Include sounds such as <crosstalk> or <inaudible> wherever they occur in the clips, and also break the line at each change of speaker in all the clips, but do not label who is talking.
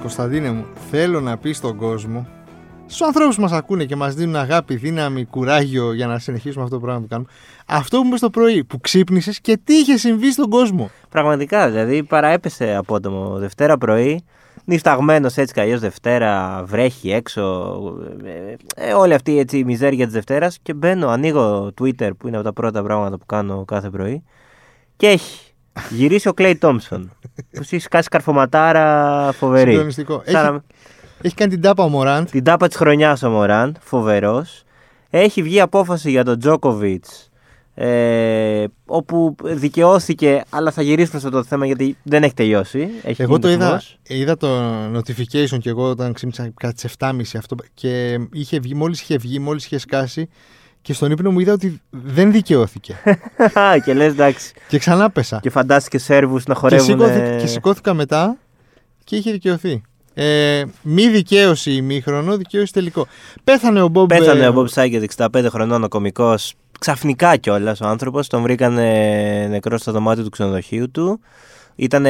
Κωνσταντίνε μου, θέλω να πει στον κόσμο, στους ανθρώπους που μας ακούνε και μας δίνουν αγάπη, δύναμη, κουράγιο για να συνεχίσουμε αυτό το πράγμα που κάνουμε. Αυτό που μου το πρωί, που ξύπνησες και τι είχε συμβεί στον κόσμο.
Πραγματικά, δηλαδή παραέπεσε απότομο Δευτέρα πρωί. Νυφταγμένος έτσι καλλιώ Δευτέρα, βρέχει έξω. Ε, όλη αυτή έτσι, η μιζέρια της Δευτέρας. Και μπαίνω, ανοίγω Twitter που είναι από τα πρώτα πράγματα που κάνω κάθε πρωί. Και έχει γυρίσει ο Κλέι Τόμψον. που έχει σκάσει καρφωματάρα φοβερή.
Συντονιστικό. Έχει, έχει κάνει την τάπα ο Μωράν.
Την τάπα της χρονιάς ο Μωράν, φοβερός. Έχει βγει απόφαση για τον Τζόκοβιτ. Ε, όπου δικαιώθηκε, αλλά θα γυρίσουμε σε αυτό το θέμα γιατί δεν έχει τελειώσει. Έχει
εγώ το είδα,
<laughs>
είδα το notification και εγώ όταν ξύμισα κάτι τι 7.30 αυτό και είχε βγει, μόλις είχε βγει, μόλις είχε σκάσει και στον ύπνο μου είδα ότι δεν δικαιώθηκε.
και λες, εντάξει.
Και ξανά πέσα.
Και φαντάστηκε Σέρβους να χορεύουν.
Και, σηκώθη, και σηκώθηκα μετά και είχε δικαιωθεί. Ε, μη δικαίωση ημίχρονο, δικαίωση τελικό. Πέθανε ο ε, Μπομπ
Πέθανε ο Μπομπ Σάγκερ, 65 χρονών, ο κωμικός. Ξαφνικά κιόλας ο άνθρωπος. Τον βρήκανε νεκρός στο δωμάτιο του ξενοδοχείου του. Ήταν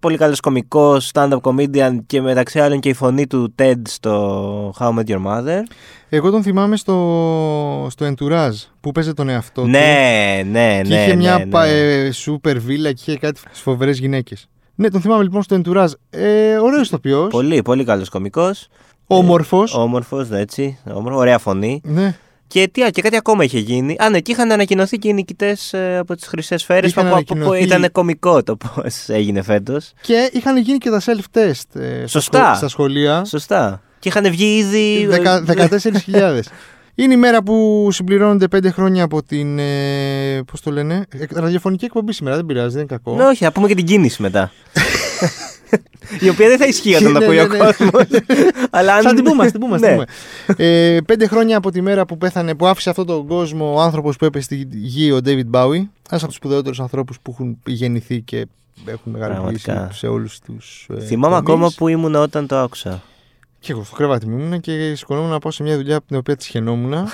πολύ καλός κωμικός, stand-up comedian και μεταξύ άλλων και η φωνή του TED στο How Met Your Mother.
Εγώ τον θυμάμαι στο, στο Entourage που παίζε τον εαυτό
ναι, του. Ναι,
και
ναι,
είχε μια
ναι, ναι.
Ε, super villa και είχε κάτι φοβερές γυναίκες. Ναι, τον θυμάμαι λοιπόν στο Entourage. Ε, ωραίος ηθοποιός.
Πολύ, πολύ καλός κωμικός.
Όμορφος.
Ε, Όμορφος, έτσι. Όμορφος, ωραία φωνή.
Ναι.
Και, τι, και κάτι ακόμα είχε γίνει. Α, ναι, και είχαν ανακοινωθεί και οι νικητές από τις Χρυσές Σφαίρες. Ανακοινωθεί... Ήταν κωμικό το πώς έγινε φέτος.
Και είχαν γίνει και τα self-test ε,
Σωστά.
στα σχολεία.
Σωστά. Και είχαν βγει ήδη. ε,
14.000. Είναι η μέρα που συμπληρώνονται 5 χρόνια από την. Ε, Πώς το λένε. Ραδιοφωνική εκπομπή σήμερα. Δεν πειράζει, δεν είναι κακό.
Ναι, όχι, θα πούμε και την κίνηση μετά.
<laughs>
η οποία δεν θα ισχύει
Ναι,
όταν ακούει ο κόσμος. Αλλά αν Ναι.
Σαν την πούμε, την πούμε. Την πούμε. ε, πέντε χρόνια από τη μέρα που πέθανε, που άφησε αυτόν τον κόσμο ο άνθρωπος που έπεσε στη γη, ο David Bowie, ένας από τους σπουδαιότερους ανθρώπους που έχουν γεννηθεί και έχουν μεγαλοποιήσει σε όλους τους. Ε,
Θυμάμαι
τομείς.
ακόμα που ήμουν όταν το άκουσα.
Και εγώ στο κρεβάτι μου ήμουν και σηκωνόμουν να πάω σε μια δουλειά από την οποία της χαινόμουν.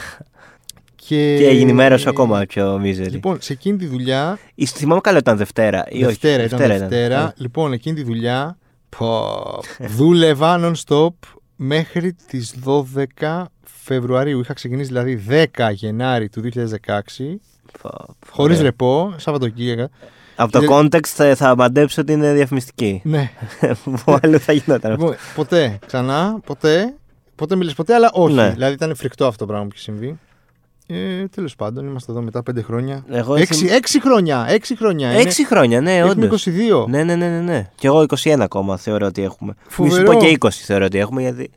Και...
<laughs> και έγινε η μέρα σου ακόμα πιο μίζερη.
Ε, Λοιπόν, σε εκείνη τη δουλειά.
Θυμάμαι καλά, ήταν Δευτέρα. ναι. Ή
Δευτέρα,
όχι.
ήταν Δευτέρα. δευτέρα. Ήταν. Λοιπόν, εκείνη τη δουλειά. Πω, δούλευα non-stop μέχρι τις 12 Φεβρουαρίου. Είχα ξεκινήσει δηλαδή 10 Γενάρη του 2016. Χωρί
Ναι.
ρεπό, Σαββατοκύριακα.
Από
Ε,
το context θα μαντέψω ότι είναι
<laughs>
διαφημιστική. <laughs>
Ναι.
Που άλλο θα γινόταν.
Λοιπόν, ποτέ, ξανά, ποτέ. Ποτέ μιλήσεις ποτέ, αλλά όχι.
Ναι.
Δηλαδή ήταν φρικτό αυτό το πράγμα που είχε συμβεί. Ε, Τέλος πάντων, είμαστε εδώ μετά 5 χρόνια.
Εγώ
έξι,
είμαι-
έξι χρόνια! Έξι χρόνια! είναι.
Έξι χρόνια, ναι,
Έχουμε
όντως.
22.
Ναι, ναι, ναι, ναι, ναι. Και εγώ 21 ακόμα θεωρώ ότι έχουμε. Μη σου
Φοβερό.
πω και 20 θεωρώ ότι έχουμε, γιατί.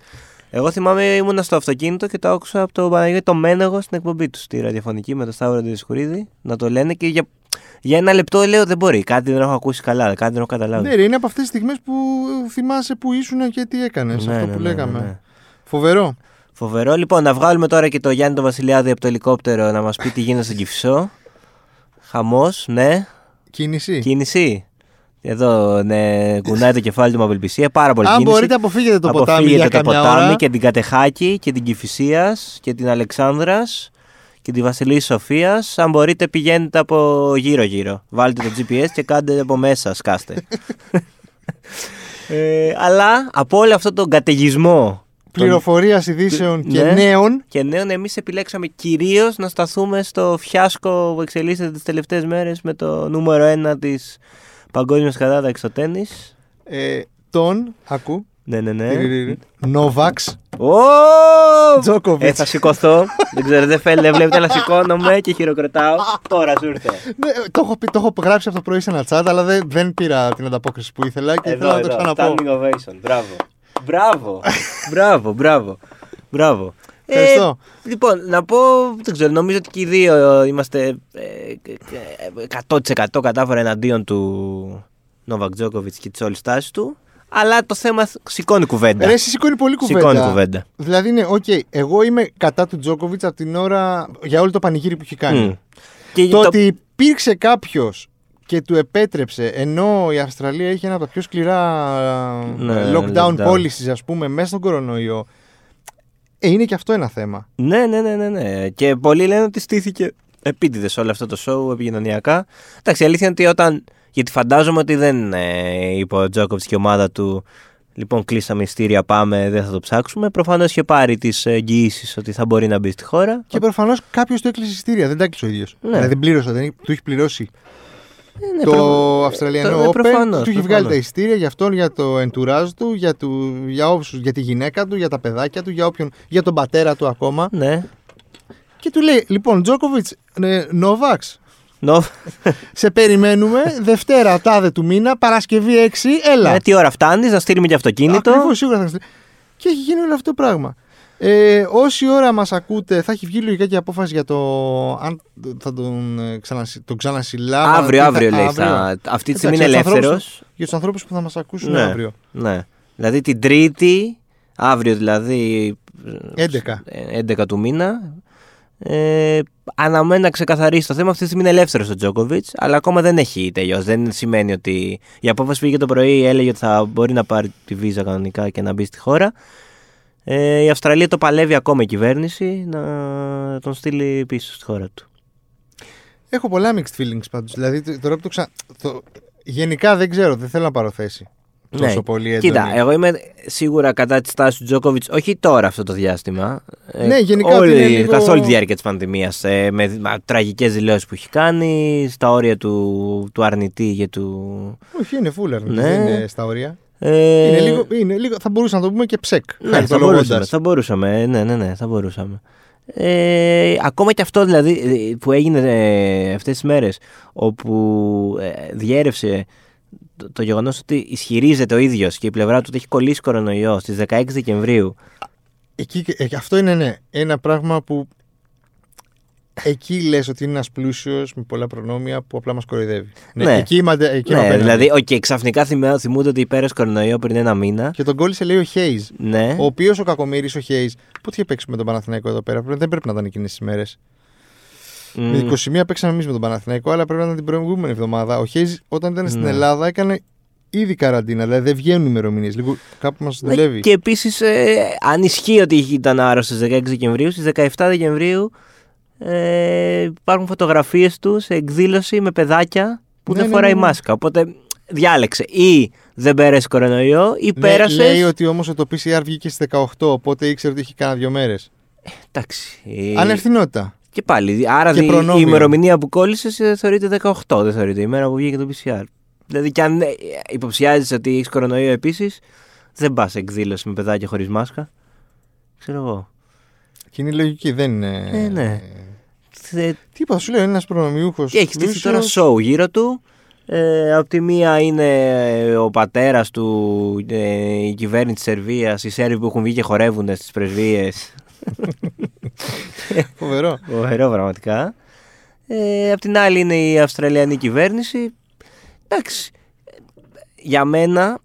Εγώ θυμάμαι ήμουνα στο αυτοκίνητο και το άκουσα από τον Παναγιώτη το Μένεγο στην εκπομπή του στη ραδιοφωνική με τον Σταύρο Ντισκουρίδη να το λένε και για, για ένα λεπτό λέω δεν μπορεί. Κάτι δεν έχω ακούσει καλά, κάτι δεν έχω καταλάβει.
Ναι, ρε, είναι από αυτές τις στιγμές που θυμάσαι που ήσουν και τι έκανες.
Ναι,
αυτό
ναι,
που
ναι,
λέγαμε.
ναι, ναι.
Φοβερό.
Φοβερό. Λοιπόν, να βγάλουμε τώρα και το Γιάννη τον Βασιλιάδη από το ελικόπτερο να μας πει τι γίνεται στον Κυφισό. Χαμός, ναι.
Κίνηση.
Κίνηση. Εδώ ναι, κουνάει το κεφάλι του με απελπισία. Πάρα πολύ
Αν
κίνηση.
μπορείτε, αποφύγετε το
Αποφύγετε
ποτάμι για
το
καμιά
ποτάμι
ώρα.
και την Κατεχάκη και την Κυφυσίας και την Αλεξάνδρας και τη Βασιλής Σοφίας. Αν μπορείτε, πηγαίνετε από γύρω-γύρω. Βάλτε το GPS και κάντε από
<laughs>
μέσα, σκάστε. ε, αλλά από όλο αυτό τον καταιγισμό
Πληροφορία ειδήσεων και
Ναι.
νέων.
και νέων, εμείς επιλέξαμε κυρίως να σταθούμε στο φιάσκο που εξελίσσεται τις τελευταίες μέρες με το νούμερο 1 της παγκόσμιας κατάταξης στο τέννη.
Ε, τον. Ακού.
Ναι, ναι, ναι.
Νόβαξ.
Ω!
Τζόκοβιτς.
Ε, θα σηκωθώ. δεν ξέρω, δεν φαίνεται, βλέπετε, αλλά σηκώνομαι και χειροκροτάω. Τώρα σου ήρθε.
Ναι, το, έχω, πει- το έχω γράψει από το πρωί σε ένα τσάτ, αλλά δεν, δεν πήρα την ανταπόκριση που ήθελα και ήθελα
Εδώ,
να το
εδώ.
ξαναπώ.
Standing ovation. Μπράβο. Μπράβο. Μπράβο, μπράβο. Μπράβο. Ε,
Ευχαριστώ.
λοιπόν, να πω, δεν ξέρω, νομίζω ότι και οι δύο είμαστε ε, ε, 100% κατάφορα εναντίον του Νόβακ Τζόκοβιτ και της όλης τάσης του. Αλλά το θέμα σηκώνει κουβέντα.
Ρε, εσύ σηκώνει πολύ κουβέντα.
Σηκώνει κουβέντα.
Δηλαδή είναι, οκ, εγώ είμαι κατά του Τζόκοβιτ από την ώρα για όλο το πανηγύρι που έχει κάνει.
Μμ. Και
Το
Ε, το-
ότι υπήρξε κάποιος και του επέτρεψε, ενώ η Αυστραλία είχε ένα από τα πιο σκληρά ε,
Ναι,
lockdown,
lockdown.
policies, ας πούμε, μέσα στον κορονοϊό, ε, είναι και αυτό ένα θέμα.
Ναι, ναι, ναι, ναι, ναι. Και πολλοί λένε ότι στήθηκε επίτηδες όλο αυτό το show επικοινωνιακά. Εντάξει, η αλήθεια είναι ότι όταν. Γιατί φαντάζομαι ότι δεν ε, είπε ο Τζόκοβιτ και η ομάδα του. Λοιπόν, κλείσαμε ειστήρια, πάμε, δεν θα το ψάξουμε. Προφανώς είχε πάρει τις εγγυήσεις ότι θα μπορεί να μπει στη χώρα.
Και προφανώς κάποιος του έκλεισε εισιτήρια, δεν τα έκλεισε ο ίδιος.
Ναι.
Δηλαδή δεν πλήρωσα, δεν, του έχει πληρώσει
Ε, ναι,
το
προ-
Αυστραλιανό
το- ναι,
Open.
προφανώς,
του έχει βγάλει
προφανώς.
τα εισιτήρια για αυτόν, για το εντουράζ του, για, του, για, όσους, για τη γυναίκα του, για τα παιδάκια του, για, όποιον, για τον πατέρα του ακόμα.
Ναι.
Και του λέει, λοιπόν, Τζόκοβιτ, Νόβαξ,
Νο...
σε περιμένουμε
<laughs>
Δευτέρα τάδε του μήνα, Παρασκευή 6, έλα.
Ναι, τι ώρα φτάνεις, να στείλουμε και αυτοκίνητο.
Ακριβώς, σίγουρα θα χρειαστεί. Και έχει γίνει όλο αυτό το πράγμα. Ε, όση ώρα μας ακούτε, θα έχει βγει λογικά και η απόφαση για το αν θα τον, ε, ξανασυ, τον ξανασυλάβω. τι
Αύριο,
θα-
αύριο λέει. θα- Αυτή τη στιγμή είναι
Εντάξει, για τους
ελεύθερο.
ανθρώπους- Για τους ανθρώπους που θα μας ακούσουν
Ναι.
αύριο.
Ναι. Δηλαδή την Τρίτη, αύριο δηλαδή.
11.
ε, 11 του μήνα. Ε, αναμένει να ξεκαθαρίσει το θέμα. Αυτή τη στιγμή είναι ελεύθερος ο Τζόκοβιτ, αλλά ακόμα δεν έχει τελειώσει. Δεν σημαίνει ότι. Η απόφαση που πήγε το πρωί έλεγε ότι θα μπορεί να πάρει τη βίζα κανονικά και να μπει στη χώρα. Ε, η Αυστραλία το παλεύει ακόμα η κυβέρνηση να τον στείλει πίσω στη χώρα του.
Έχω πολλά mixed feelings πάντως. Δηλαδή τ- τώρα που το ξα... το- Γενικά δεν ξέρω, δεν θέλω να πάρω θέση. Τόσο πολύ έντονη.
Ναι. Κοίτα, εγώ είμαι σίγουρα κατά της στάσης του Τζόκοβιτ, όχι τώρα αυτό το διάστημα. Ε,
Ναι, γενικά ότι είναι
Όλη,
λίγο-
καθ' όλη τη διάρκεια της πανδημίας. Ε, με τραγικές δηλώσεις που έχει κάνει, στα όρια του, του αρνητή και του.
Όχι, είναι φούλερ.
Ναι.
Δεν είναι στα όρια.
Ε,
Είναι λίγο, είναι λίγο, θα μπορούσαμε να το πούμε και ψεκ.
Ναι, θα
χαριτολογώντας.
μπορούσαμε, θα μπορούσαμε. ε, Ναι, ναι, ναι, θα μπορούσαμε. Ε, ακόμα και αυτό δηλαδή ε, που έγινε ε, αυτές τις μέρες όπου ε, διέρευσε το, το γεγονός ότι ισχυρίζεται ο ίδιος και η πλευρά του ότι έχει κολλήσει κορονοϊό στις 16 Δεκεμβρίου
Εκεί, ε, αυτό είναι ναι, ένα πράγμα που εκεί λες ότι είναι ένας πλούσιος με πολλά προνόμια που απλά μας κοροϊδεύει. Ναι,
Ναι.
Εκεί είμαστε εκεί
ναι,
απέναντι.
δηλαδή, okay, ξαφνικά θυμά- θυμούνται ότι υπέρασε κορονοϊό πριν ένα μήνα.
Και τον κόλλησε λέει ο Χέιζ.
Ναι.
Ο οποίος ο κακομοίρης ο Χέι, πότε είχε παίξει με τον Παναθηναϊκό εδώ πέρα, πρέπει, δεν πρέπει να ήταν εκείνες τις μέρες.
Μμ,
Με 21 παίξαμε εμείς με τον Παναθηναϊκό, αλλά πρέπει να ήταν την προηγούμενη εβδομάδα. Ο Χέι, όταν ήταν στην
Ναι.
Ελλάδα, έκανε ήδη καραντίνα, δηλαδή δεν βγαίνουν ημερομηνίες. Λίγο κάπου μας
ναι,
δουλεύει.
Και επίσης, αν ισχύει ότι ήταν άρρωστος στις 16 Δεκεμβρίου, στις 17 Δεκεμβρίου ε, υπάρχουν φωτογραφίες τους σε εκδήλωση με παιδάκια που
Ναι,
δεν
ναι,
φοράει
ναι, ναι.
μάσκα. Οπότε διάλεξε ή δεν πέρασε κορονοϊό ή
Ναι,
πέρασες.
Λέει ότι όμως το PCR βγήκε στις 18, οπότε ήξερε ότι είχε κάνα δύο μέρες.
Εντάξει.
Ανευθυνότητα.
Και πάλι. Άρα
Και
δι- η
προνόμιο.
ημερομηνία που κόλλησες ε, θεωρείται 18, δεν θεωρείται η ημέρα που βγήκε το PCR. Δηλαδή, και αν ε, υποψιάζεσαι ότι έχεις κορονοϊό επίσης, δεν πας εκδήλωση με παιδάκια χωρίς μάσκα. Ξέρω εγώ.
Κοινή λογική δεν είναι.
Ε, ναι. Θε-
Τι είπα, σου λέω, είναι ένας προνομιούχος.
Και έχει στήσει τώρα σοου γύρω του. Ε, από τη μία είναι ο πατέρας του, ε, η κυβέρνηση της Σερβίας, οι Σέρβοι που έχουν βγει και χορεύουν στις πρεσβείες.
Φοβερό.
Ωραίο πραγματικά. Ε, απ' την άλλη είναι η Αυστραλιανή κυβέρνηση. Εντάξει. ε, Για μένα,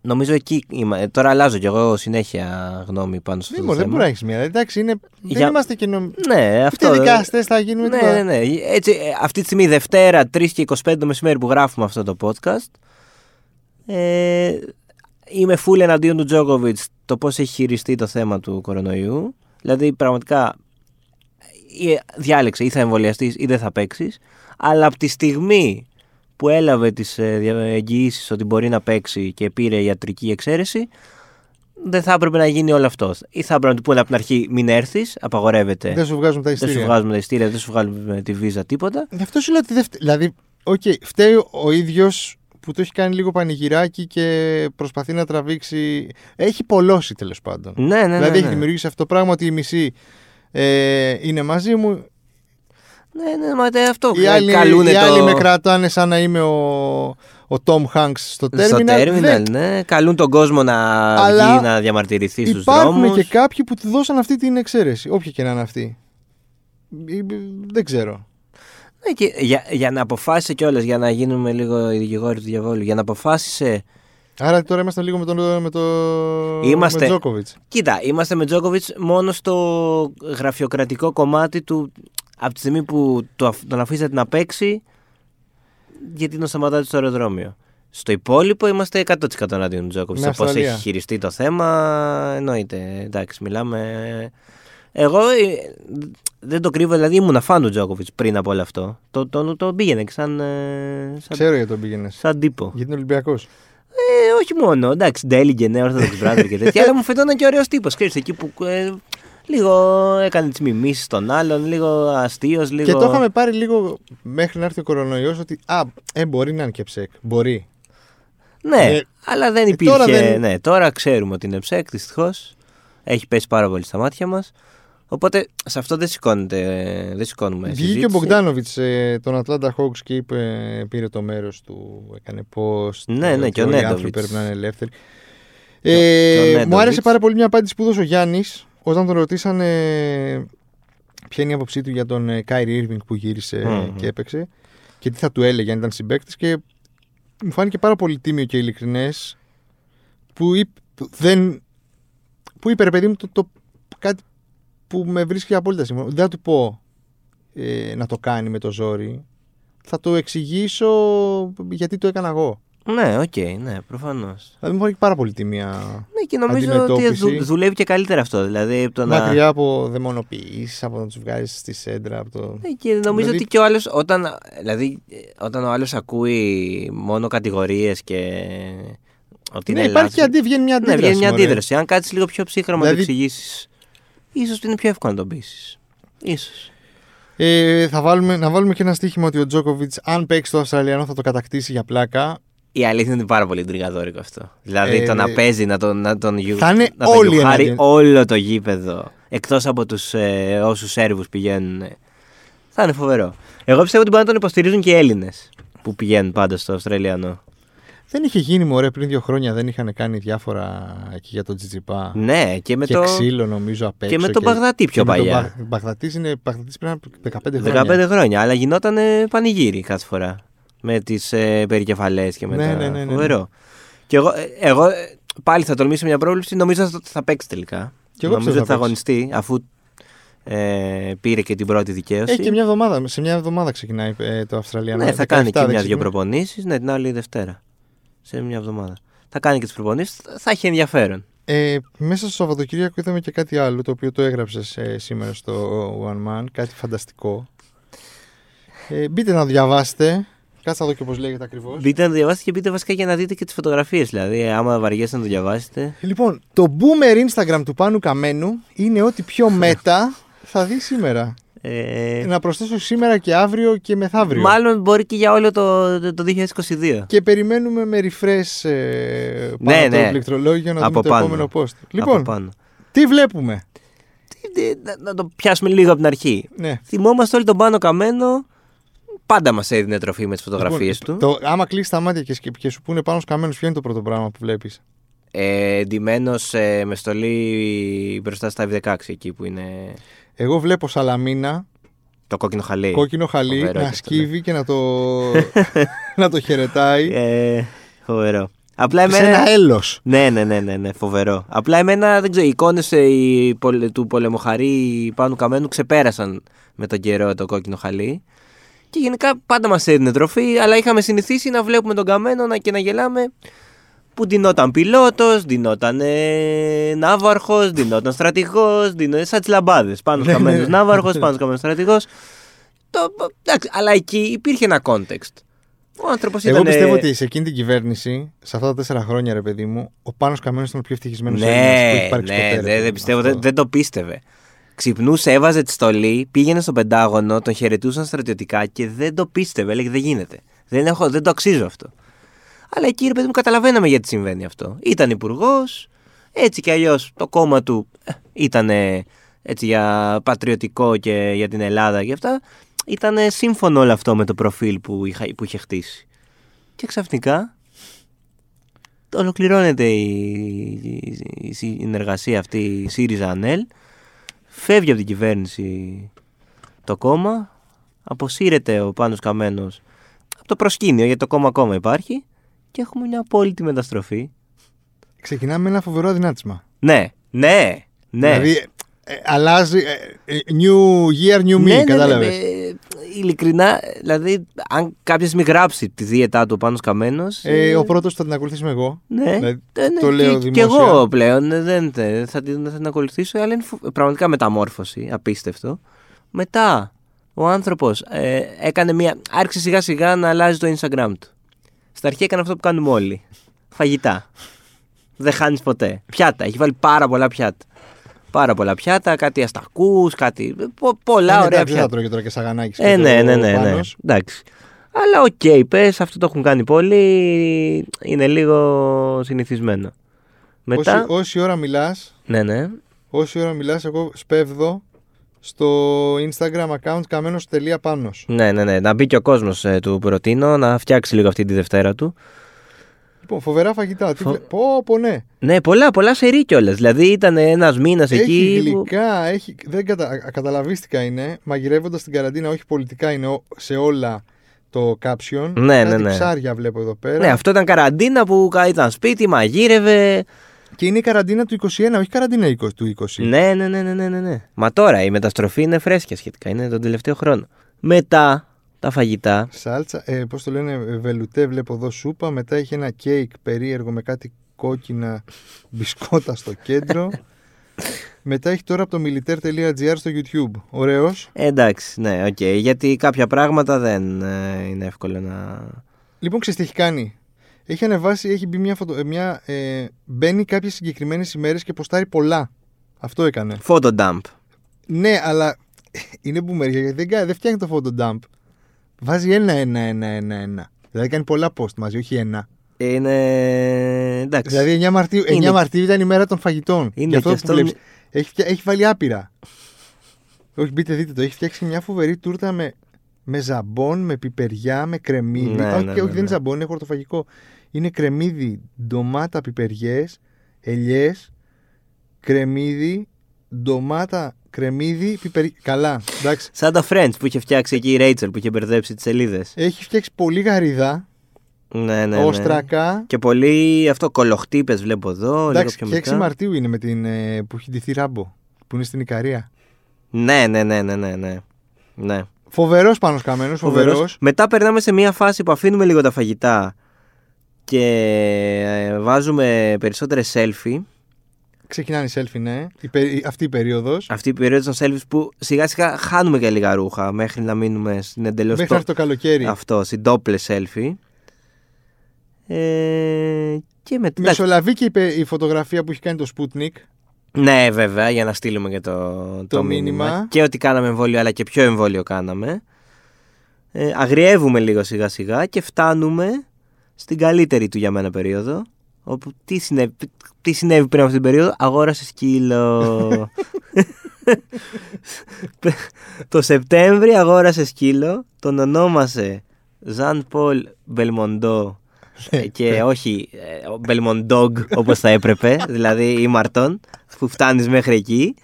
νομίζω εκεί. Είμαι, ε, τώρα αλλάζω κι εγώ συνέχεια γνώμη πάνω στο
Ναι,
θέμα.
μωρέ, δεν μπορεί να έχεις μία. Εντάξει, είναι...
Για-
δεν είμαστε και νομ...
Ναι, αυτό.
Ούτε δικαστές θα γίνουμε
Ναι,
τίποτα.
ναι, ναι. Έτσι, ε, αυτή τη στιγμή Δευτέρα, 3 και 25 το μεσημέρι που γράφουμε αυτό το podcast. Ε, είμαι full εναντίον του Τζόκοβιτ το πώς έχει χειριστεί το θέμα του κορονοϊού. Δηλαδή, πραγματικά ε, διάλεξε ή θα εμβολιαστείς ή δεν θα παίξεις. Αλλά από τη στιγμή που έλαβε ε, τι εγγυήσεις ότι μπορεί να παίξει και πήρε ιατρική εξαίρεση, δεν θα έπρεπε να γίνει όλο αυτό. Ή θα έπρεπε να του πούνε από την αρχή: Μην έρθεις, απαγορεύεται.
Δεν σου βγάζουν τα
ναι. Δεν σου
ειστήρια.
βγάζουμε τα ειστήρια, δεν σου βγάλουμε τη βίζα, τίποτα.
Γι' αυτό σου λέω ότι δεν φτα- Δηλαδή, οκ, φταίει ο ίδιος που το έχει κάνει λίγο πανηγυράκι και προσπαθεί να τραβήξει. Έχει πολλώσει τέλος πάντων.
Ναι, ναι, ναι.
δηλαδή, έχει
ναι.
δημιουργήσει αυτό το πράγμα ότι η μισή ε, είναι μαζί μου,
Ναι, ναι, μα τε- αυτό.
Οι άλλοι,
καλούνε
οι
το...
άλλοι με κρατάνε σαν να είμαι ο, ο Tom Hanks στο Terminal.
στο terminal,
Δεν-
ναι. Καλούν τον κόσμο να
Αλλά
βγει να διαμαρτυρηθεί ναι, στους
Υπάρχουν
δρόμους.
και κάποιοι που του δώσαν αυτή την εξαίρεση. Όποια και να είναι αυτή. Ε, ε, Δεν ξέρω.
Ναι, και για, για να αποφάσισε κιόλας, για να γίνουμε λίγο οι δικηγόροι του διαβόλου, για να αποφάσισε.
Άρα τώρα είμαστε λίγο με τον με το...
Είμαστε.
με Τζόκοβιτς.
Κοίτα, είμαστε με Τζόκοβιτ μόνο στο γραφειοκρατικό κομμάτι του. Από τη στιγμή που το αφ- τον αφήσατε να παίξει, γιατί τον σταματάτε στο αεροδρόμιο. Στο υπόλοιπο είμαστε 100% εναντίον του Τζόκοβιτ.
Με
Το πώς
Αυστραλία.
έχει χειριστεί το θέμα, εννοείται. Εντάξει, μιλάμε. Εγώ ε, δεν το κρύβω, δηλαδή ήμουν φαν του Τζόκοβιτ πριν από όλο αυτό. Το, το, το πήγαινε και σαν, ε, σαν,
Ξέρω για τον πήγαινε.
σαν τύπο.
Για την Ολυμπιακός.
Ε, όχι μόνο. Εντάξει, Ντέλιγκε, Νέο Orthodox Brother και τέτοια. αλλά μου φαινόταν και ωραίος τύπος. Ξέρεις, εκεί που. ε, λίγο έκανε τις μιμήσεις των άλλων, λίγο αστείος, λίγο.
Και το είχαμε πάρει λίγο μέχρι να έρθει ο κορονοϊός ότι α, ε, μπορεί να είναι και ψεκ. Μπορεί.
Ναι,
Ε,
αλλά δεν
ε,
υπήρχε.
τώρα δεν-
Ναι, τώρα ξέρουμε ότι είναι ψεκ, δυστυχώς. Έχει πέσει πάρα πολύ στα μάτια μας. Οπότε σε αυτό δεν σηκώνεται. Δεν σηκώνουμε.
Βγήκε
συζήτηση.
ο Μπογκδάνοβιτ ε, τον Atlanta Hawks και είπε, ε, πήρε το μέρος του. Έκανε πώ.
Ναι, ναι, και ο
Οι άνθρωποι
Νέντοβιτς.
πρέπει να είναι ελεύθεροι.
και ο
Ε, μου
Νέντοβιτς.
άρεσε πάρα πολύ μια απάντηση που δώσε ο Γιάννης όταν τον ρωτήσανε ποια είναι η άποψή του για τον Κάιρι Ήρβινγκ που γύρισε
Μμμ.
και έπαιξε και τι θα του έλεγε αν ήταν συμπέκτη. Και μου φάνηκε πάρα πολύ τίμιο και ειλικρινές που, είπ- που δεν. που είπε ρε παιδί μου το, το κάτι που με βρίσκει απόλυτα σύμφωνο. Δεν θα του πω ε, να το κάνει με το ζόρι. Θα το εξηγήσω γιατί το έκανα εγώ.
Ναι, οκ, ναι, προφανώς.
Δηλαδή μου φάνηκε πάρα πολύ τιμία.
Ναι, και νομίζω ότι
Αντιμετώπιση.
δου- δουλεύει και καλύτερα αυτό. Δηλαδή, από το να-
Μακριά από δαιμονοποιήσεις, από να τους βγάλει στη σέντρα. Από το...
Ναι, και νομίζω
Δηλαδή-
ότι και ο άλλος, όταν, δηλαδή, ε, όταν ο άλλος ακούει μόνο κατηγορίες και. Ότι
ναι,
είναι
υπάρχει και
λάθος,
αντί, βγαίνει μια
Ναι,
αντίδραση.
βγαίνει μια
μωρέ.
αντίδραση. Αν κάτσεις λίγο πιο ψύχραμα να το
Δηλαδή-
εξηγήσεις, ίσως είναι πιο εύκολο να τον πείσεις. σω.
Ε, θα βάλουμε, να βάλουμε και ένα στοίχημα ότι ο Τζόκοβιτ, αν παίξει το Αυστραλιανό, θα το κατακτήσει για πλάκα.
Η αλήθεια είναι πάρα πολύ τριγκαδόρικο αυτό. Δηλαδή
Ε,
το να παίζει, να τον, να τον, γιου-
θα είναι
να τον
όλοι
γιουχάρει
εναντίον.
όλο το γήπεδο. Εκτός από τους ε, όσους Σέρβους πηγαίνουν. Θα είναι φοβερό. Εγώ πιστεύω ότι μπορεί να τον υποστηρίζουν και οι Έλληνες που πηγαίνουν πάντα στο Αυστραλιανό.
Δεν είχε γίνει μωρέ πριν δύο χρόνια, δεν είχαν κάνει διάφορα εκεί για τον Τζιτζιπά.
Ναι, και με
και
το.
ξύλο νομίζω απ' έξω.
και με τον Μπαγδατή πιο
και με τον
παλιά.
Μπα- Μπαγδατής είναι Μπαγδατής πριν από 15 χρόνια.
15 χρόνια, αλλά γινόταν πανηγύρι κάθε φορά. Με τις ε, περικεφαλές και με
Ναι,
τα.
ναι, ναι, ναι, ναι.
Φοβερό. Και εγώ, ε, εγώ ε, πάλι θα τολμήσω μια πρόβλεψη. Νομίζω ότι θα παίξει τελικά.
Κι εγώ πιστεύω
νομίζω ότι θα
θα
αγωνιστεί αφού ε, πήρε και την πρώτη δικαίωση.
Έχει και μια εβδομάδα. Σε μια εβδομάδα ξεκινάει ε, το Αυστραλιανό.
ναι, θα κάνει
17
και
δεν
μια-δυο
ξεκινάει.
προπονήσεις. Ναι, την άλλη Δευτέρα. Σε μια εβδομάδα. Θα κάνει και τις προπονήσεις. Θα έχει ενδιαφέρον.
Ε, μέσα στο Σαββατοκύριακο είδαμε και κάτι άλλο το οποίο το έγραψες σήμερα στο One Man. Κάτι φανταστικό. Ε, μπείτε να διαβάσετε. Κάτσε να δω και πώς λέγεται ακριβώς.
Μπείτε να διαβάσετε και μπείτε βασικά για να δείτε και τις φωτογραφίες. Δηλαδή, ε, άμα βαριέστε να το διαβάσετε.
Λοιπόν, το boomer Instagram του Πάνου Καμένου είναι ό,τι
<laughs>
πιο μετά θα δει σήμερα.
Ε,
να προσθέσω σήμερα και αύριο και μεθαύριο.
μάλλον μπορεί και για όλο το, το, το 2022.
Και περιμένουμε με refresh ε, πάνω
Ναι,
από το
ναι.
πληκτρολόγιο να
Από
δούμε το
πάνω.
επόμενο post.
από
Λοιπόν,
πάνω.
τι βλέπουμε.
Τι- τι- να- Να το πιάσουμε λίγο από την αρχή.
Ναι.
Θυμόμαστε όλοι τον πάνω καμένο. Πάντα μας έδινε τροφή με τις φωτογραφίε
Λοιπόν,
του.
Το, άμα κλείσεις τα μάτια και, σκ- και σου πούνε πάνω σκαμμένος, ποιο είναι το πρώτο πράγμα που βλέπεις.
Ε, ντυμένος ε, με στολή μπροστά στα F16, εκεί που είναι
Εγώ βλέπω σαλαμίνα,
το κόκκινο χαλί.
κόκκινο χαλί,
Ε, φοβερό
να
και αυτό,
σκύβει και να το,
<laughs>
να το χαιρετάει.
Ε, φοβερό. Απλά
σε ένα
εμένα.
έλος.
Ναι, ναι, ναι, ναι, ναι, φοβερό. Απλά εμένα δεν ξέρω, οι εικόνες του πολεμοχαρή πάνω καμένου ξεπέρασαν με τον καιρό το κόκκινο χαλί. Και γενικά πάντα μας έδινε τροφή, αλλά είχαμε συνηθίσει να βλέπουμε τον καμένο να, και να γελάμε. Που ντυνόταν πιλότος, ντυνόταν ε, ναύαρχος, ντυνόταν στρατηγός, ντυνόταν. σαν τις λαμπάδες. Πάνω
Ναι,
καμένο
ναι.
ναύαρχος, πάνω καμένο στρατηγό. Αλλά εκεί υπήρχε ένα context. Ο άνθρωπος ήταν.
Εγώ πιστεύω ότι σε εκείνη την κυβέρνηση, σε αυτά τα τέσσερα χρόνια, ρε παιδί μου, ο Πάνος Καμένος ήταν ο πιο ευτυχισμένος
Ναι,
που έχει υπάρξει ποτέ,
ναι,
ρε
δεν-
παιδί
δεν
μου.
πιστεύω,
Αυτό.
δεν, δεν το πίστευε. Ξυπνούσε, έβαζε τη στολή, πήγαινε στο Πεντάγωνο, τον χαιρετούσαν στρατιωτικά και δεν το πίστευε. Έλεγε δεν γίνεται. Δεν, έχω, δεν το αξίζω αυτό. Αλλά εκεί ρε παιδί μου καταλαβαίναμε γιατί συμβαίνει αυτό. Ήταν υπουργός, έτσι κι αλλιώς το κόμμα του ήταν έτσι για πατριωτικό και για την Ελλάδα και αυτά. Ήταν σύμφωνο όλο αυτό με το προφίλ που, είχα, που είχε χτίσει. Και ξαφνικά ολοκληρώνεται η, η- η συνεργασία αυτή η ΣΥΡΙΖΑ ΑΝΕΛ. Φεύγει από την κυβέρνηση το κόμμα. Αποσύρεται ο Πάνος Καμένος από το προσκήνιο γιατί το κόμμα ακόμα υπάρχει. Και έχουμε μια απόλυτη μεταστροφή.
Ξεκινάμε με ένα φοβερό αδυνάτισμα.
Ναι, ναι, ναι.
Δηλαδή, ε, ε, αλλάζει. ε, ε, new year, new me,
ναι, ναι, ναι,
κατάλαβες.
ναι. Ε, ειλικρινά, δηλαδή, αν κάποιος μη γράψει τη δίαιτά του ο Πάνος Καμένος...
Ε, ο πρώτος θα την ακολουθήσουμε εγώ.
Ναι,
Δηλαδή,
ε, ναι,
το
και,
λέω
και
δημόσια. Ναι,
εγώ πλέον ε, δεν τε- θα την, θα την ακολουθήσω, αλλά είναι φο- πραγματικά μεταμόρφωση, απίστευτο. Μετά, ο άνθρωπος ε, έκανε μια, άρχισε σιγά σιγά να αλλάζει το Instagram του. Στα αρχή έκανε αυτό που κάνουμε όλοι. φαγητά. Δεν χάνεις ποτέ. Πιάτα. Έχει βάλει πάρα πολλά πιάτα. Πάρα πολλά πιάτα, κάτι αστακούς, κάτι. πο- πολλά
Ε,
ωραία
εντάξει, Δεν θα
πιάτα.
τρώγε τώρα και σαγανάκι.
Ε, ναι, ναι, ναι, ναι. Εντάξει. Αλλά οκ, okay, πες, αυτό το έχουν κάνει πολύ. Είναι λίγο συνηθισμένο. Μετά.
Όση, όση ώρα μιλάς,
Ναι, ναι.
όση ώρα μιλάς, εγώ σπέβδω στο Instagram account καμένος.πάνος.
Ναι, ναι, ναι. Να μπει και ο κόσμος του προτείνω να φτιάξει λίγο αυτή τη Δευτέρα του.
Λοιπόν, φοβερά φαγητά. Τι
Φο-
βλέ- Πω, πω, ναι.
Ναι, πολλά, πολλά σερή κιόλα. Δηλαδή ήταν ένας μήνας
Έχει
εκεί. που-
γλυκά, έχει... δεν κατα... α- καταλαβίστηκα είναι. Μαγειρεύοντας την καραντίνα, όχι πολιτικά είναι ο- σε όλα το κάψιον.
Ναι,
Κάτι
ναι, ναι.
ψάρια βλέπω εδώ πέρα.
Ναι, αυτό ήταν καραντίνα που κα- ήταν σπίτι, μαγείρευε.
Και είναι η καραντίνα του 21, όχι η καραντίνα 20 του 20.
Ναι, ναι, ναι, ναι, ναι, ναι, ναι. Μα τώρα η μεταστροφή είναι φρέσκια σχετικά, είναι τον τελευταίο χρόνο. Μετά τα φαγητά.
Σάλτσα, ε, πώς το λένε, ε, βελουτέ, βλέπω εδώ σούπα. Μετά έχει ένα κέικ περίεργο με κάτι κόκκινα μπισκότα στο
<laughs>
κέντρο. Μετά έχει τώρα από το militaire.gr στο YouTube. Ωραίος.
Εντάξει, ναι, οκ. γιατί κάποια πράγματα δεν ε, είναι εύκολο να.
Λοιπόν, ξέρεις τι έχει κάνει. Έχει ανεβάσει, έχει μπει μια φωτο... ε, μια, ε, μπαίνει κάποιες συγκεκριμένες ημέρες και ποστάρει πολλά. Αυτό έκανε.
Photo dump.
Ναι, αλλά <laughs> είναι μπουμεριά γιατί δεν, κα- δεν φτιάχνει το photo dump. Βάζει ένα, ένα, ένα, ένα, ένα. Δηλαδή κάνει πολλά post μαζί, όχι ένα.
Είναι. Εντάξει.
Δηλαδή 9 Μαρτίου, 9
Είναι-
Μαρτίου ήταν η μέρα των φαγητών.
Είναι
Γι' αυτό
και
που
αυτό-
βλέπεις. Έχει, φτια- έχει βάλει άπειρα. όχι, μπείτε, δείτε το. Έχει φτιάξει μια φοβερή τούρτα με, με ζαμπόν, με πιπεριά, με κρεμμύδι.
Ναι,
όχι,
ναι,
και-
ναι,
όχι, δεν είναι
ναι.
ζαμπόν, είναι χορτοφαγικό. Είναι κρεμμύδι, ντομάτα, πιπεριές, ελιές, κρεμμύδι, ντομάτα, κρεμμύδι, πιπερι... Καλά, εντάξει.
Σαν τα Friends που είχε φτιάξει εκεί η Ρέιτσελ που είχε μπερδέψει τις σελίδες.
Έχει φτιάξει πολύ γαριδά,
Ναι, ναι. ναι.
όστρακα.
Και πολύ αυτό κολοχτύπες βλέπω εδώ.
Εντάξει,
λίγο
και
πιο
6
μικρά.
Μαρτίου είναι με την, ε, που έχει ντυθεί ράμπο, που είναι στην Ικαρία.
Ναι, ναι, ναι, ναι, ναι. ναι. ναι.
Φοβερός πάνω καμένος, φοβερός.
Φοβερός. Μετά περνάμε σε μια φάση που αφήνουμε λίγο τα φαγητά και ε, βάζουμε περισσότερες selfie.
Ξεκινάνε οι selfie, ναι. Η περί- η- αυτή η περίοδος.
Αυτή η περίοδος των selfies που σιγά σιγά χάνουμε και λίγα ρούχα μέχρι να μείνουμε στην εντελώς
Μέχρι να έρθει το καλοκαίρι.
Αυτό, στην τόπλε selfie. Ε, και μετά.
Μεσολαβεί και η, πε- η φωτογραφία που έχει κάνει το Sputnik.
Ναι, βέβαια, για να στείλουμε και το, το,
μήνυμα.
Και ότι κάναμε εμβόλιο, αλλά και ποιο εμβόλιο κάναμε. Ε, αγριεύουμε λίγο σιγά σιγά και φτάνουμε στην καλύτερη του για μένα περίοδο. Όπου τι συνέβη, τι συνέβη πριν από την περίοδο, αγόρασε σκύλο. <laughs> το Σεπτέμβρη αγόρασε σκύλο, τον ονόμασε Ζαν Πολ Μπελμοντό
Ναι,
και όχι ε, ο Μπελμοντόγκ όπως θα
<laughs>
έπρεπε, δηλαδή η Μαρτών που φτάνεις μέχρι εκεί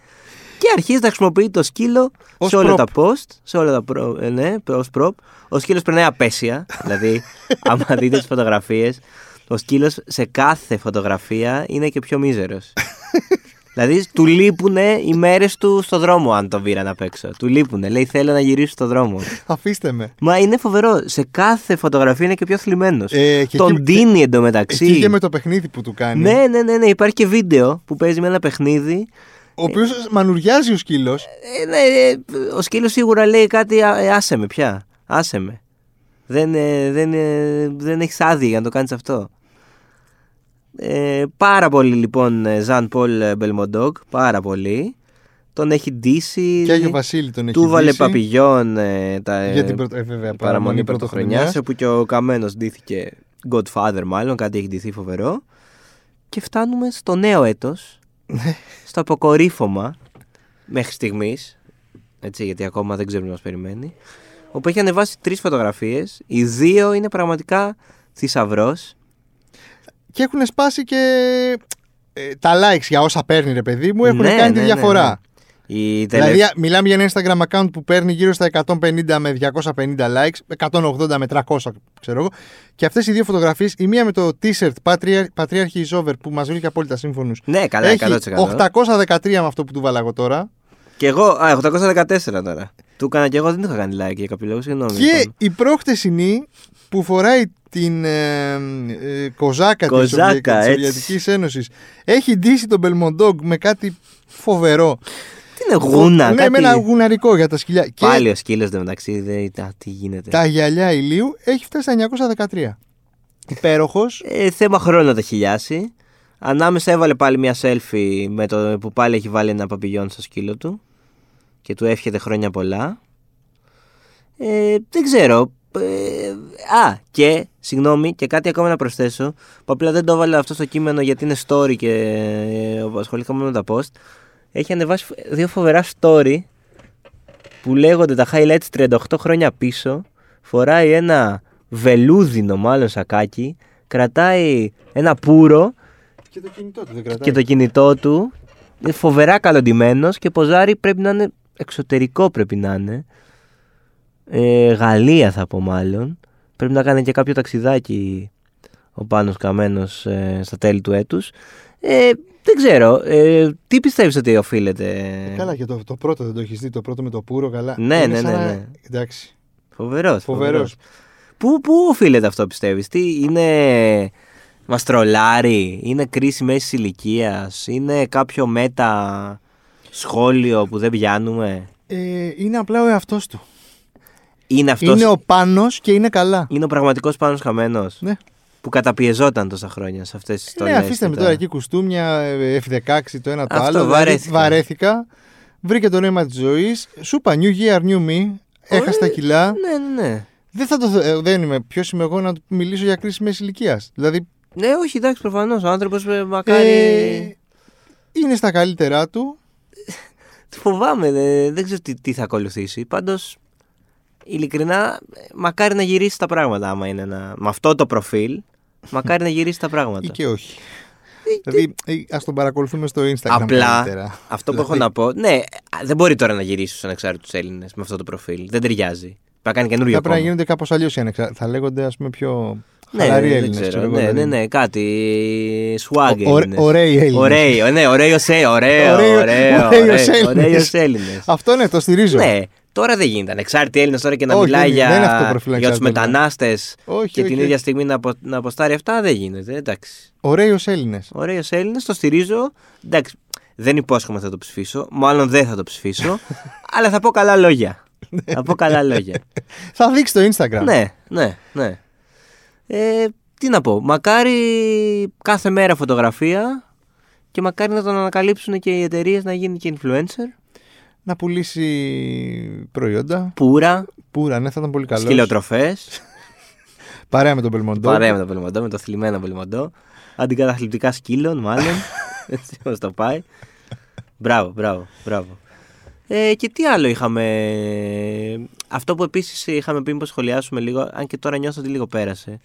και αρχίζει να χρησιμοποιεί το σκύλο
Ως
σε όλα
prop.
τα post, σε όλα τα προ, ε, ναι, ως prop. Ο σκύλος περνάει απέσια,
<laughs>
δηλαδή άμα δείτε τις φωτογραφίες, ο σκύλος σε κάθε φωτογραφία είναι και
<laughs>
πιο μίζερος. δηλαδή του λείπουνε οι μέρες του στο δρόμο αν τον πήραν απ' έξω. Του λείπουνε, λέει θέλω να γυρίσω στο δρόμο.
Αφήστε με.
Μα είναι φοβερό. Σε κάθε φωτογραφία είναι και πιο θλιμμένος.
Ε, και
τον
εκεί-
δίνει
Εκεί
εντωμεταξύ.
και με το παιχνίδι που του κάνει.
Ναι, ναι, ναι, ναι. Υπάρχει και βίντεο που παίζει με ένα παιχνίδι.
Ο οποίος μανουριάζει ο σκύλος.
Ε, ναι, ε, ο σκύλος σίγουρα λέει κάτι. «Α, ε, άσε με πια. Άσε με. Δεν, ε, δεν, ε, δεν έχεις άδεια για να το κάνεις αυτό. Ε, πάρα πολύ λοιπόν ε, Ζαν Πολ ε, Μπελμοντόγκ. Πάρα πολύ. Τον έχει ντύσει.
Και Άγιο Βασίλη τον έχει
Ε, Του βάλε
ντύσει.
παπηγιόν ε, τα, ε,
Για την πρωτο... ε, βέβαια,
παραμονή πρωτοχρονιάς,
πρωτοχρονιάς.
όπου και ο Καμένος ντύθηκε Godfather, μάλλον κάτι έχει ντυθεί φοβερό. Και φτάνουμε στο νέο έτος, στο αποκορύφωμα μέχρι στιγμής. Έτσι, γιατί ακόμα δεν ξέρουμε τι μας περιμένει. Όπου έχει ανεβάσει τρεις φωτογραφίες. Οι δύο είναι πραγματικά θησαυρός.
Και έχουν σπάσει και ε, τα likes για όσα παίρνει, ρε παιδί μου. Έχουν
Ναι,
κάνει
ναι,
τη
ναι,
διαφορά.
ναι. Η
Δηλαδή,
τελε-
α, μιλάμε για ένα Instagram account που παίρνει γύρω στα 150 με 250 likes, 180 με 300, ξέρω εγώ. Και αυτές οι δύο φωτογραφίες, η μία με το t-shirt Patriar- Patriarchy is over που μας βρήκε απόλυτα σύμφωνου.
Ναι, καλά,
Έχει
100%.
813 με αυτό που του βάλα εγώ τώρα.
Και εγώ, α, 814 τώρα. Του έκανα και εγώ, δεν το είχα κάνει like για κάποιο λόγο, συγγνώμη.
Και
λοιπόν.
η πρόχτεσινή που φοράει την ε, ε, κοζάκα,
Κοζάκα,
της
έτσι.
Σοβιετικής Ένωσης. Έχει ντύσει τον Μπελμοντόγκ με κάτι φοβερό.
Τι είναι γούνα,
ναι,
κάτι...
με ένα γουναρικό για τα σκυλιά.
Πάλι
Και
ο σκύλος δεν μεταξύ, δεν τα τι γίνεται.
τα γυαλιά ηλίου έχει φτάσει στα 913. Υπέροχος.
Ε, θέμα χρόνο το χιλιάσει. Ανάμεσα έβαλε πάλι μια selfie με το, που πάλι έχει βάλει ένα παπηγιόν στο σκύλο του και του εύχεται χρόνια πολλά. Ε, δεν ξέρω. Ε, α, και συγγνώμη, και κάτι ακόμα να προσθέσω που απλά δεν το έβαλα αυτό στο κείμενο γιατί είναι story και ε, ασχολήθηκα μόνο με τα post. Έχει ανεβάσει δύο φοβερά story που λέγονται τα highlights 38 χρόνια πίσω. Φοράει ένα βελούδινο μάλλον σακάκι, κρατάει ένα πουρο
Και το κινητό του δεν
και το κινητό του. Είναι φοβερά καλοντημένος και ποζάρι πρέπει να είναι εξωτερικό. Πρέπει να είναι. Ε, Γαλλία θα πω μάλλον. Πρέπει να κάνει και κάποιο ταξιδάκι ο Πάνος Καμένος ε, στα τέλη του έτους. Ε, δεν ξέρω. Ε, τι πιστεύεις ότι οφείλεται.
Ε, Καλά, και το, το πρώτο δεν το έχεις δει, το πρώτο με το πουρο καλά.
Ναι,
Είναι
ναι,
σαν
ναι,
να-
ναι.
Εντάξει.
Φοβερός.
Φοβερός.
Πού, πού οφείλεται αυτό πιστεύεις, τι είναι μας τρολάρει, είναι κρίση μέσης ηλικίας, είναι κάποιο μετα σχόλιο που δεν πιάνουμε.
Ε, είναι απλά ο εαυτός του.
Είναι αυτός,
Είναι ο πάνω και είναι καλά.
είναι ο πραγματικός Πάνος Καμένος
Ναι.
που καταπιεζόταν τόσα χρόνια σε αυτές τις
Ναι,
στολές.
αφήστε
και
με
τα-
τώρα εκεί κουστούμια, ε, F16 το ένα το
Αυτό,
άλλο. Δηλαδή,
βαρέθηκα.
βαρέθηκα. Βρήκα το νόημα της ζωής. Σου είπα, new year, new me. Έχασα τα κιλά.
Ναι, ναι, ναι.
Δεν θα το. θε- ε, Δεν είμαι. Ποιος είμαι εγώ να του μιλήσω για κρίση μέση ηλικίας. Δηλαδή.
Ναι, όχι, εντάξει, προφανώς. Ο άνθρωπος ε, μακάρι...
ε, είναι στα καλύτερά του.
Φοβάμαι, δε- δεν ξέρω τι, τι θα ακολουθήσει. Πάντως, ειλικρινά, ε, μακάρι να γυρίσει τα πράγματα άμα είναι ένα... Με αυτό το προφίλ, μακάρι να γυρίσει τα
ή
πράγματα.
<laughs> και όχι. δηλαδή, ας τον παρακολουθούμε στο Instagram
Απλά,
καλύτερα. Δηλαδή-
αυτό που έχω να πω, ναι, α, δεν μπορεί τώρα να γυρίσει στους ανεξάρτητους Έλληνες με αυτό το προφίλ. Δεν ταιριάζει. Πρέπει να κάνει καινούριο
Θα πρέπει να
κόμμα.
γίνονται κάπως αλλιώς οι ανεξάρτητοι. Θα λέγονται, ας πούμε, πιο.
Ναι,
χαλαροί
δεν
Έλληνες,
ξέρω.
ξέρω εγώ,
Ναι,
δηλαδή.
ναι, ναι, κάτι. Swag
Ο-
Έλληνες.
ωραίοι Έλληνες.
Ωραίο, ναι, ωραίο σε,
Ωραίο-
ωραίο, ωραίο, ωραίο,
ωραίος Έλληνες.
ωραίος Έλληνες.
Αυτό ναι, το στηρίζω.
Ναι, τώρα δεν γίνεται. Ανεξάρτητοι Έλληνες τώρα και να
Όχι,
μιλάει
δεν- δεν είναι αυτό το
για,
προφίλ
για τους
ανεξάρτητο, ναι.
μετανάστες
Όχι,
και την
όχι.
ίδια στιγμή να, απο, να αποστάρει αυτά δεν γίνεται. Εντάξει.
Ωραίο Έλληνε.
<laughs> Ωραίο Έλληνες, το στηρίζω. Εντάξει. Δεν υπόσχομαι θα το ψηφίσω. Μάλλον δεν θα το
<laughs>
ψηφίσω. αλλά θα πω καλά λόγια. θα πω καλά λόγια.
Θα δείξει το Instagram.
ναι, ναι, ναι. Ε, τι να πω. Μακάρι κάθε μέρα φωτογραφία και μακάρι να τον ανακαλύψουν και οι εταιρείες να γίνει και influencer.
Να πουλήσει προϊόντα.
Πουρα,
Πούρα, ναι, θα ήταν πολύ καλός.
σκυλοτροφές.
Παρέα με τον Πελμοντό.
Παρέα με το Πελμοντό, με το θλιμμένο Πελμοντό. Αντικαταθλιπτικά σκύλων, μάλλον. Έτσι μας το πάει. Μπράβο, μπράβο, μπράβο. Ε, και τι άλλο είχαμε. Αυτό που επίσης είχαμε πει πως σχολιάσουμε λίγο, αν και τώρα νιώθω ότι λίγο πέρασε.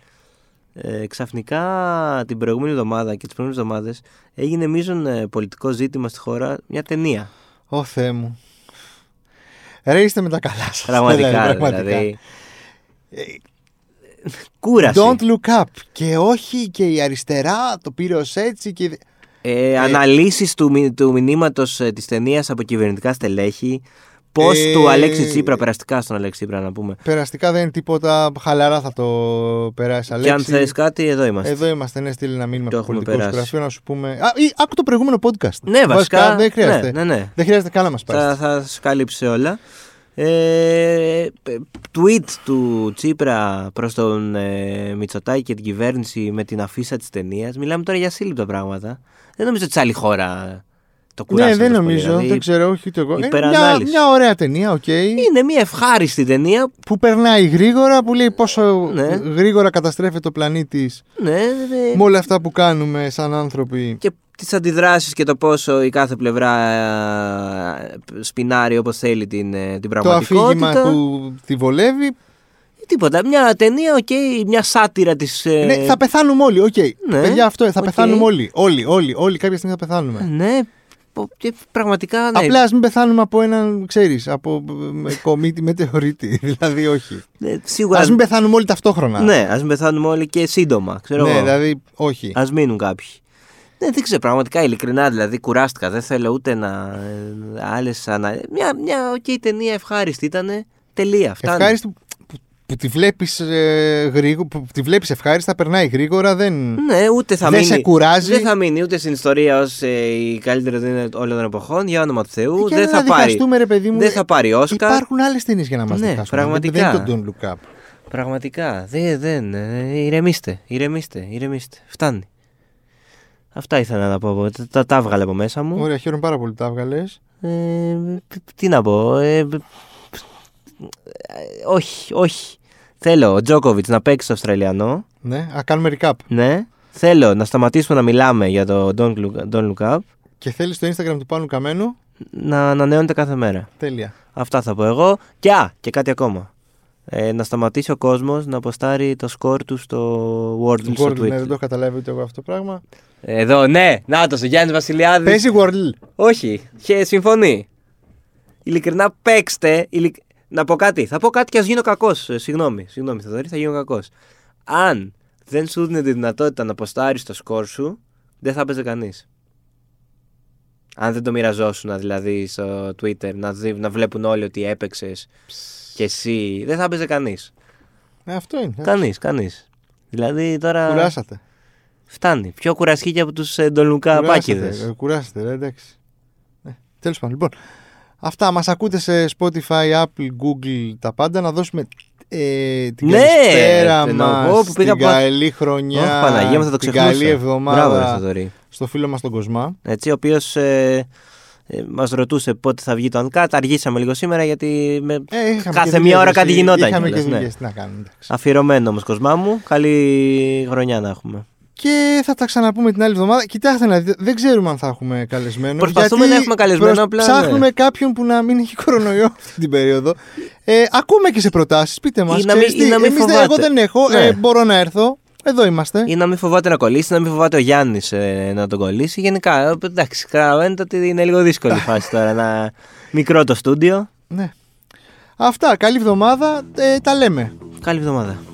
Ε, ξαφνικά την προηγούμενη εβδομάδα και τις προηγούμενες εβδομάδες έγινε μείζον ε, πολιτικό ζήτημα στη χώρα μια ταινία.
Ω Θεέ μου. Ρε είστε με τα καλά σας. <laughs>
Πραγματικά, δηλαδή. Ε, Κούραση.
Don't look up. Και όχι και η αριστερά το πήρε ως έτσι. Και...
Ε, Αναλύσεις του, μη- του μηνύματος ε, της ταινίας από κυβερνητικά στελέχη. Πώς
Ε,
του Αλέξη Τσίπρα, περαστικά στον Αλέξη Τσίπρα να πούμε.
Περαστικά δεν είναι τίποτα. Χαλαρά θα το περάσει,
Και
Αλέξη.
αν θες κάτι, εδώ είμαστε.
Εδώ είμαστε, ναι, στείλει ένα μήνυμα
Το
από το
έχουμε
πολιτικό σου
περάσει.
γραφείο να σου πούμε. Α, ή, άκου το προηγούμενο podcast.
Ναι, βασικά.
δεν χρειάζεται.
Ναι, ναι, ναι.
Δεν χρειάζεται καν να μας
Θα,
πάρεις.
θα σου κάλυψε όλα. Ε, π- tweet του Τσίπρα προς τον ε, Μητσοτάκη και την κυβέρνηση με την αφίσα της ταινίας. Μιλάμε τώρα για σύλληπτα πράγματα. Δεν νομίζω ότι σε άλλη χώρα το
Ναι,
κουράσαμε.
δεν
τόσο πολύ.
νομίζω,
Δηλαδή,
δεν ξέρω, όχι ούτε εγώ. Είναι μια,
υπερανάλυση.
μια ωραία ταινία, οκ.
Είναι μια ευχάριστη ταινία
Που περνάει γρήγορα, που λέει πόσο
Ναι.
γρήγορα καταστρέφεται ο πλανήτης
ναι, ε,
με όλα αυτά που κάνουμε σαν άνθρωποι.
και τις αντιδράσεις και το πόσο η κάθε πλευρά ε, σπινάρει όπως θέλει την, ε,
Το
την πραγματικότητα.
αφήγημα που τη βολεύει.
Τίποτα. Μια ταινία, οκ, μια σάτυρα της.
Ναι, θα πεθάνουμε όλοι. Οκ.
Ε, ναι,
Παιδιά, αυτό θα
οκ.
πεθάνουμε όλοι. Όλοι, όλοι, όλοι. Κάποια στιγμή θα πεθάνουμε.
Ναι, πο- και πραγματικά. Ναι,
Απλά ας μην πεθάνουμε από έναν, ξέρεις, από ε, κομίτη μετεωρίτη. <laughs> δηλαδή, όχι.
ναι, σίγουρα.
Ας μην πεθάνουμε όλοι ταυτόχρονα.
ναι, ας μην πεθάνουμε όλοι και σύντομα. Ξέρω
Ναι,
εγώ.
δηλαδή, όχι.
Ας μείνουν κάποιοι. Ναι, δεν ξέρω, πραγματικά ειλικρινά δηλαδή κουράστηκα. Δεν θέλω ούτε να. άλλες ανα... Μια, μια οκ, ταινία ευχάριστη ήταν. Τελεία. Φτάνει.
Ευχάριστη που, που, που τη βλέπεις ε, γρήγο- που τη βλέπεις ευχάριστα, περνάει γρήγορα, δεν.
Ναι, ούτε θα
Δεν
μείνει.
σε κουράζει.
Δεν θα μείνει ούτε στην ιστορία ως η καλύτερη ταινία όλων των εποχών, για όνομα του Θεού.
Ε, Και
δεν
να
θα πάρει.
διχαστούμε, ρε παιδί μου.
δεν θα πάρει Όσκαρ.
Υπάρχουν άλλες ταινίες για να μας
Ναι,
διχάσουν. δηλαδή, Δεν-
πραγματικά.
Δεν είναι το Don't Look Up.
Πραγματικά. Δεν, δεν. ε, Ηρεμήστε, ηρεμήστε, ηρεμήστε. Φτάνει. Αυτά ήθελα να πω. Τα, τα, τα έβγαλε από μέσα μου.
Ωραία, χαίρομαι πάρα πολύ που τα έβγαλες.
Ε, π- π- τι να πω. ε, π- π- ε, όχι, όχι. Θέλω ο Τζόκοβιτ να παίξει στο Αυστραλιανό.
Ναι, α, κάνουμε recap.
Ναι. Θέλω να σταματήσουμε να μιλάμε για το Don't Look, Don't Look Up.
Και θέλεις στο Instagram του Πάνου Καμένου.
Να ανανεώνεται κάθε μέρα.
Τέλεια.
Αυτά θα πω εγώ. Και, α, και κάτι ακόμα. Ε, να σταματήσει ο κόσμος να αποστάρει το σκορ του στο Wordle
Του
στο
Wordle,
Twitter.
ναι, δεν το έχω καταλάβει ούτε εγώ αυτό το πράγμα.
Εδώ, ναι. Να το, ο Γιάννης Βασιλιάδης.
Παίζει Wordle.
Όχι, χε, συμφωνεί. Ειλικρινά παίξτε. ειλικ- Να πω κάτι. Θα πω κάτι και ας γίνω κακός. Συγγνώμη, συγγνώμη, Θεοδωρή, θα γίνω κακός. Αν δεν σου δίνει τη δυνατότητα να αποστάρεις το σκορ σου, δεν θα παίζει κανείς. Αν δεν το μοιραζόσουν δηλαδή στο Twitter, να, δει- να βλέπουν όλοι ότι έπαιξες και εσύ, δεν θα παίζει κανείς.
Ε, αυτό είναι.
Κανείς, κανείς. Δηλαδή τώρα.
Κουράσατε.
Φτάνει. Πιο κουρασχή και από ε, του ντολουκά πάκιδε.
Κουράσατε, ε, κουράσατε, ρε, εντάξει. Τέλος πάντων, λοιπόν. Αυτά μας ακούτε σε Spotify, Apple, Google, τα πάντα. Να δώσουμε ε, την
Ναι,
καλησπέρα
εννοώ
μας.
εγώ που πήγα
Την
πα-
καλή χρονιά.
Ωχ, Παναγία μου, θα το
την
ξεχνούσα.
καλή
Μπράβο, ρε,
εβδομάδα
Θοδωρή.
στο φίλο μας τον Κοσμά.
Έτσι, ο οποίος ε, ε, μας ρωτούσε πότε θα βγει το Uncut. Αργήσαμε λίγο σήμερα γιατί. Με...
Ε, είχαμε
Κάθε
και
μία
δουλειές,
ώρα
ρε,
κάτι
εσύ.
γινόταν
Είχαμε και
κιόλας, ναι.
δουλειέ. Τι να κάνουμε. εντάξει.
Αφιερωμένο όμως, Κοσμά μου. Καλή χρονιά να έχουμε.
Και θα τα ξαναπούμε την άλλη εβδομάδα. Κοιτάξτε να δείτε, δεν ξέρουμε αν θα έχουμε καλεσμένο.
Προσπαθούμε
γιατί
να έχουμε καλεσμένο, απλά, ναι.
Ψάχνουμε κάποιον που να μην έχει κορονοϊό <laughs> αυτή την περίοδο. Ε, ακούμε και σε προτάσεις, πείτε μας.
Ή να μην- ή να μην φοβάται.
Εγώ δεν έχω,
Ναι.
ε, μπορώ να έρθω. Εδώ είμαστε.
Ή να μην φοβάται να κολλήσει, να μην φοβάται ο Γιάννης ε, να τον κολλήσει. Γενικά, ε, εντάξει, καταλαβαίνετε ότι είναι λίγο δύσκολη η φάση τώρα. Να... Μικρό το στούντιο.
Ναι. Αυτά, καλή εβδομάδα. Ε, τα λέμε.
Καλή εβδομάδα.